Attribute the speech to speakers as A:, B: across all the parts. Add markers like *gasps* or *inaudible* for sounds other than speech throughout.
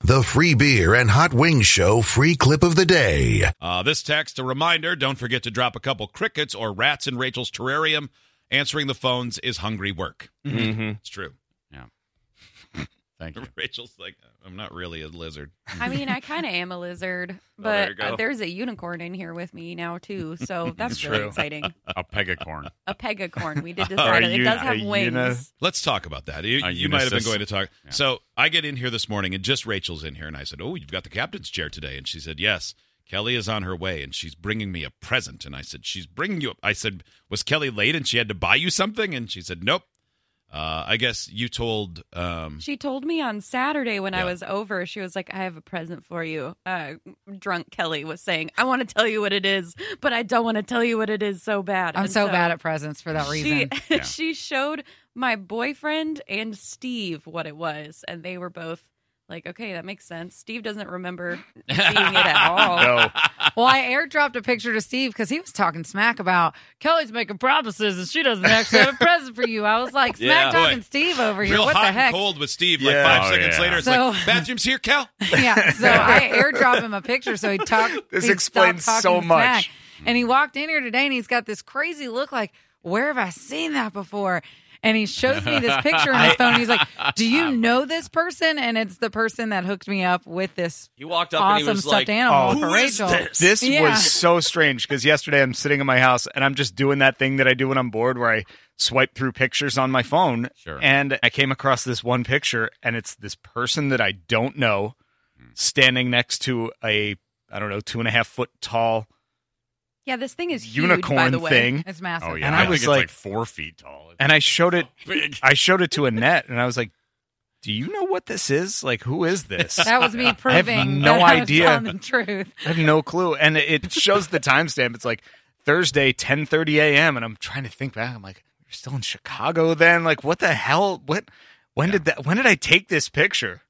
A: The free beer and hot wings show free clip of the day.
B: Uh, this text, a reminder don't forget to drop a couple crickets or rats in Rachel's terrarium. Answering the phones is hungry work.
C: Mm-hmm.
B: *laughs* It's true.
D: *laughs*
C: Thank you.
B: Rachel's like, I'm not really a lizard.
E: I mean, I kind of am a lizard,
B: there
E: but
B: you go.
E: uh, there's a unicorn in here with me now too, so that's
C: True.
E: really exciting.
C: A
D: *laughs*
C: pegacorn.
E: A pegacorn. We did
C: Are
E: decide it
C: you-
E: does
C: are
E: have
C: you
E: wings.
C: gonna-
B: Let's talk about that. You,
C: A
B: you might have been
C: unisys.
B: going to talk.
C: Yeah.
B: So I get in here this morning and just Rachel's in here. And I said, Oh, you've got the captain's chair today. And she said, Yes. Kelly is on her way and she's bringing me a present. And I said, She's bringing you. I said, Was Kelly late and she had to buy you something? And she said, Nope. Uh, I guess you told. Um,
E: She told me on Saturday when
B: Yeah.
E: I was over, she was like, "I have a present for you." Uh, drunk Kelly was saying, "I want to tell you what it is, but I don't want to tell you what it is so bad."
F: I'm
E: And
F: so, bad at presents for that reason.
E: *laughs* She,
C: Yeah.
E: she showed my boyfriend and Steve what it was, and they were both like, "Okay, that makes sense." Steve doesn't remember seeing it at all.
C: No.
F: well, I airdropped a picture to Steve because he was talking smack about Kelly's making promises and she doesn't actually have a present for you. I was like, smack
C: Yeah.
F: talking Steve over here.
B: Real
F: what
B: hot
F: the heck?
B: and cold with Steve.
C: Yeah.
B: Like five
C: Oh,
B: seconds
C: yeah.
B: later, it's
F: So-
B: like bathroom's here, Cal.
F: Yeah, so I airdrop him a picture so he talked.
C: This
F: he
C: explains
F: stopped
C: so
F: talking
C: much.
F: smack. And he walked in here today and he's got this crazy look like, where have I seen that before? And he shows me this picture on his phone. He's like, "Do you know this person?" And it's the person that hooked me up with this
D: He walked up and he
F: awesome
D: was
F: stuffed
D: like,
F: animal
C: "Oh,
F: for
B: who is
F: Rachel.
B: this?"
C: This
F: Yeah.
C: was so strange because yesterday I'm sitting in my house and I'm just doing that thing that I do when I'm bored where I swipe through pictures on my phone.
D: Sure.
C: And I came across this one picture and it's this person that I don't know standing next to a, I don't know, two and a half foot tall
E: Yeah, this thing is huge, by
C: unicorn
E: the way.
C: thing.
F: It's massive.
C: Oh, yeah. And I was
B: it's
C: like-
B: four feet tall.
C: *laughs* And I showed it
D: big.
C: I showed it to Annette and I was like, Do you know what this is? Like, who is this? *laughs*
F: That was me
C: have
F: proving
C: no
F: that I was
C: idea.
F: telling the
C: *laughs*
F: truth.
C: I have no clue. And it shows the timestamp. It's like Thursday, 10:30 a.m. And I'm trying to think back. I'm like, you're still in Chicago then? Like, what the hell? What? When did that? When did I take this picture?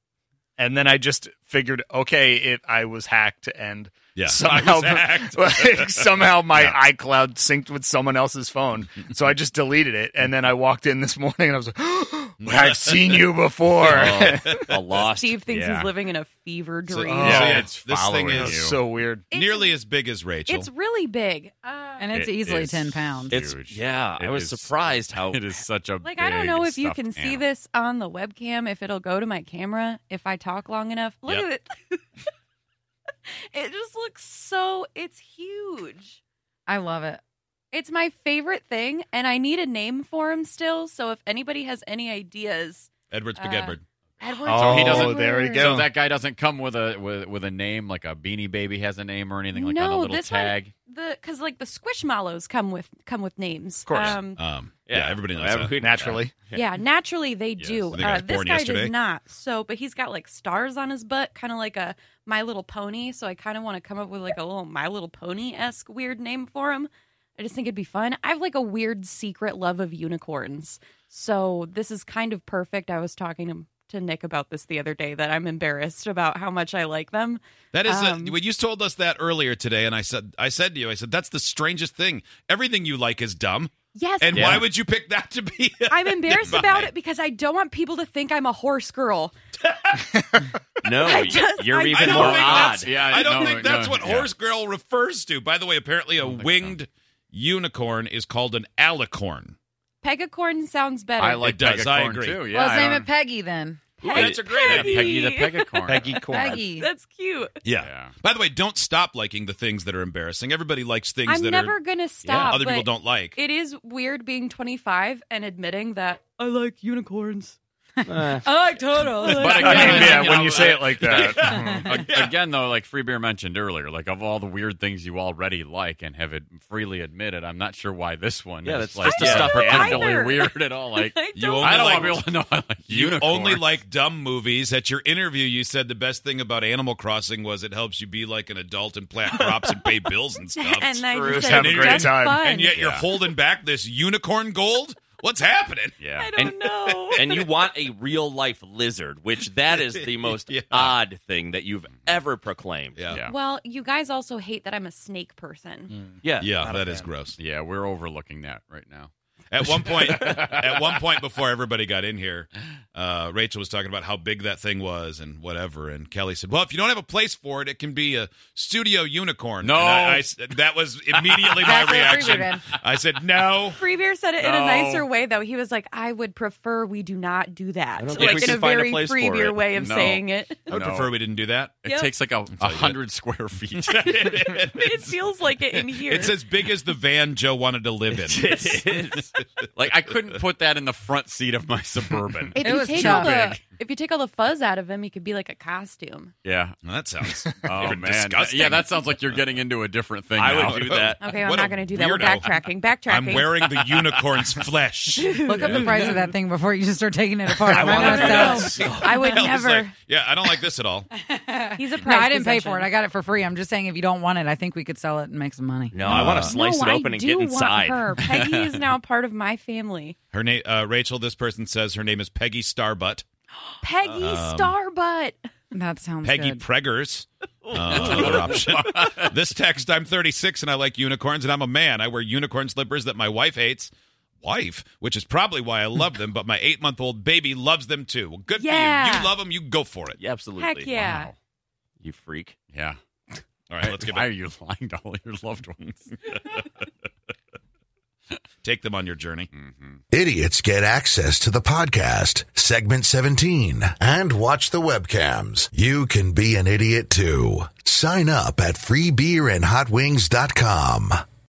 C: And then I just figured, okay, it I was hacked and
B: *laughs* Yeah, I
C: *laughs* somehow
B: was hacked.
C: *laughs* like, somehow my
B: Yeah.
C: iCloud synced with someone else's phone. So I just deleted it. And then I walked in this morning and I was like, *gasps* I've
B: *laughs*
C: seen you before.
D: Oh, a lost.
E: Steve thinks
C: Yeah.
E: he's living in a fever
B: So,
E: dream.
B: so
C: Yeah.
B: yeah,
C: It's
B: this thing
C: It
B: is
C: was so weird.
E: It's-
B: nearly as big as Rachel.
E: It's really big. Uh,
F: And it's
C: It
F: easily
C: is
F: 10 pounds.
D: It's
C: huge.
D: yeah.
C: It
D: I was
C: is- *laughs*
D: surprised how
C: is such a
E: like I don't know if you can see this on the webcam, if it'll go to my camera, if I talk long enough. Look
B: Yep.
E: at it. *laughs* it just looks so. It's huge.
F: I love it.
E: It's my favorite thing, and I need a name for him still. So if anybody has any ideas,
B: Edward
E: uh,
B: Spigadbird.
E: Edward.
C: Oh,
D: he doesn't-
C: there we
E: Edward.
C: go.
D: So that guy doesn't come with a with, with a name like a Beanie Baby has a name or anything like on a
E: No,
D: little
E: this one-
D: tag.
E: The because like the squishmallows come with come with names. Of
C: course.
B: Um, yeah, everybody knows that.
D: Everybody-
C: naturally.
E: Yeah, naturally they do.
B: I think I was
E: uh, this
B: born
E: guy
B: yesterday.
E: does not. So, but he's got like stars on his butt, kind of like a My Little Pony. So I kind of want to come up with like a little My Little Pony esque weird name for him. I just think it'd be fun. I have like a weird secret love of unicorns. So this is kind of perfect. I was talking to, to Nick about this the other day that I'm embarrassed about how much I like them.
B: That is,
E: Um,
B: a, well, you told us that earlier today, and I said, I said to you, I said, that's the strangest thing. Everything you like is dumb,
E: Yes.
B: and
D: Yeah.
B: why would you pick that to be? *laughs*
E: I'm embarrassed
B: Never
E: about
B: mind.
E: it because I don't want people to think I'm a horse
B: *laughs*
E: girl.
D: No,
E: *laughs* I just-
D: you're
E: I-
B: I
D: even
B: don't
D: more
B: think
D: odd.
B: that's-
D: Yeah,
B: I don't
D: no,
B: think that's
D: no,
B: what
D: yeah.
B: horse girl refers to. By the way, apparently a
D: don't think so.
B: winged unicorn is called an alicorn.
E: Pegacorn sounds better.
D: I like
B: It does, I
D: Pegacorn,
B: agree.
D: Too. Yeah,
F: well,
D: I
F: let's name
D: don't-
F: it Peggy then.
D: Ooh, that's a great idea. Peggy the Pegacorn.
C: Peggy Corn.
F: Peggy.
E: That's cute.
B: Yeah.
D: Yeah.
B: By the way, don't stop liking the things that are embarrassing. Everybody likes things
E: I'm
B: that
E: never
B: are
E: gonna stop.
B: other people
E: but
B: don't like.
E: It is weird being 25 and admitting that I like unicorns. I
F: oh,
E: like turtles.
D: But
C: I
D: again,
C: mean, *laughs* yeah,
D: think
C: when
D: I'll-
C: you say it like *laughs* that.
D: *laughs* Ag- Again, though, like Free Beer mentioned earlier, like of all the weird things you already like and have it freely admitted, I'm not sure why this one
C: Yeah,
D: is
C: that's
D: like
C: just a
D: just
C: stuffed
D: particularly
E: animal.
D: weird at all. Like
E: *laughs* I
B: You
E: don't-
B: *laughs* only
D: I don't
E: *laughs*
B: like-
D: want people to know I like
B: You
D: unicorns.
B: only like dumb movies. At your interview, you said the best thing about Animal Crossing was it helps you be like an adult and plant crops and pay bills
E: *laughs*
B: and stuff.
E: and I
C: Bruce,
E: just
C: have a
E: said,
C: great
E: "Just
C: time."
E: fun."
B: And yet you're
D: Yeah.
B: holding back this unicorn gold? What's happening?
D: *laughs* Yeah.
E: I don't
D: And-
E: know.
G: *laughs*
E: *laughs*
G: and you want a real life lizard, which that is the most
B: *laughs* Yeah.
G: odd thing that you've ever proclaimed.
B: Yeah.
D: Mm-hmm. Yeah.
E: well, you guys also hate that I'm a snake person.
G: Yeah.
B: Yeah, that is gross.
D: Yeah, we're overlooking that right now.
B: At one point, at one point before everybody got in here, uh, Rachel was talking about how big that thing was and whatever. And Kelly said, "Well, if you don't have a place for it, it can be a studio unicorn."
D: No.
B: And I- I s- that was immediately my
F: Exactly what we were
B: reaction.
F: in.
B: I said, "No."
E: Freebeer said it in
D: No.
E: a nicer way, though. He was like, "I would prefer we do not do that."
G: I don't think
E: like
G: we
E: in
G: can
E: a
G: find a
E: very
G: place for
E: Freebeer
G: it.
E: way of
D: No.
E: saying it.
B: I would
D: No.
B: prefer we didn't do that.
D: It
E: Yep.
D: takes like a, a
B: tell you that. *laughs*
D: hundred square feet.
E: it feels like it *laughs* in here.
B: It's as big as the van Joe wanted to live in.
D: *laughs* like I couldn't put that in the front seat of
B: *laughs*
D: my suburban.
E: if
F: It
E: you
F: was
E: take
F: too
E: all the if you take all the fuzz out of him, he could be like a costume.
D: yeah.
B: Well, that sounds
D: *laughs* Oh man.
B: disgusting.
D: Yeah, that sounds like you're getting into a different thing.
G: I
D: now.
G: would do that.
E: Okay, I'm
B: What a
E: not going to do that. We're
B: weirdo.
E: backtracking. Backtracking.
B: I'm wearing the unicorn's flesh.
F: *laughs* Look up the price of that thing before you just start taking it apart. I
B: wanna
F: want
B: do that.
F: to
E: So, I would
B: Hell, it's
E: never.
B: like, yeah, I don't like this at all.
E: *laughs* he's a
F: No,
E: prize
F: I didn't pay
E: possession.
F: for it. I got it for free. I'm just saying, if you don't want it, I think we could sell it and make some money.
G: No, I want to slice
E: *laughs* no,
G: it open
E: I
G: and
E: do
G: get
E: want
G: inside.
E: Her. Peggy is now part of my family.
B: Her name, uh, Rachel. This person says her name is Peggy Starbutt.
E: Peggy Starbutt.
F: That sounds
B: Peggy
F: good.
B: Preggers. Uh, another option. this text: I'm 36 and I like unicorns, and I'm a man. I wear unicorn slippers that my wife hates. Wife, which is probably why I love them, but my eight month old baby loves them too. Well, good for you.
E: Yeah.
B: You love them, you go for it.
G: Yeah, absolutely.
E: Heck yeah.
D: Wow.
G: You freak.
D: Yeah.
B: All right, let's get
D: Why
B: back.
D: are you lying to all your loved ones?
B: Take them on your journey.
A: Idiots get access to the podcast, segment 17, and watch the webcams. You can be an idiot too. Sign up at freebeerandhotwings.com.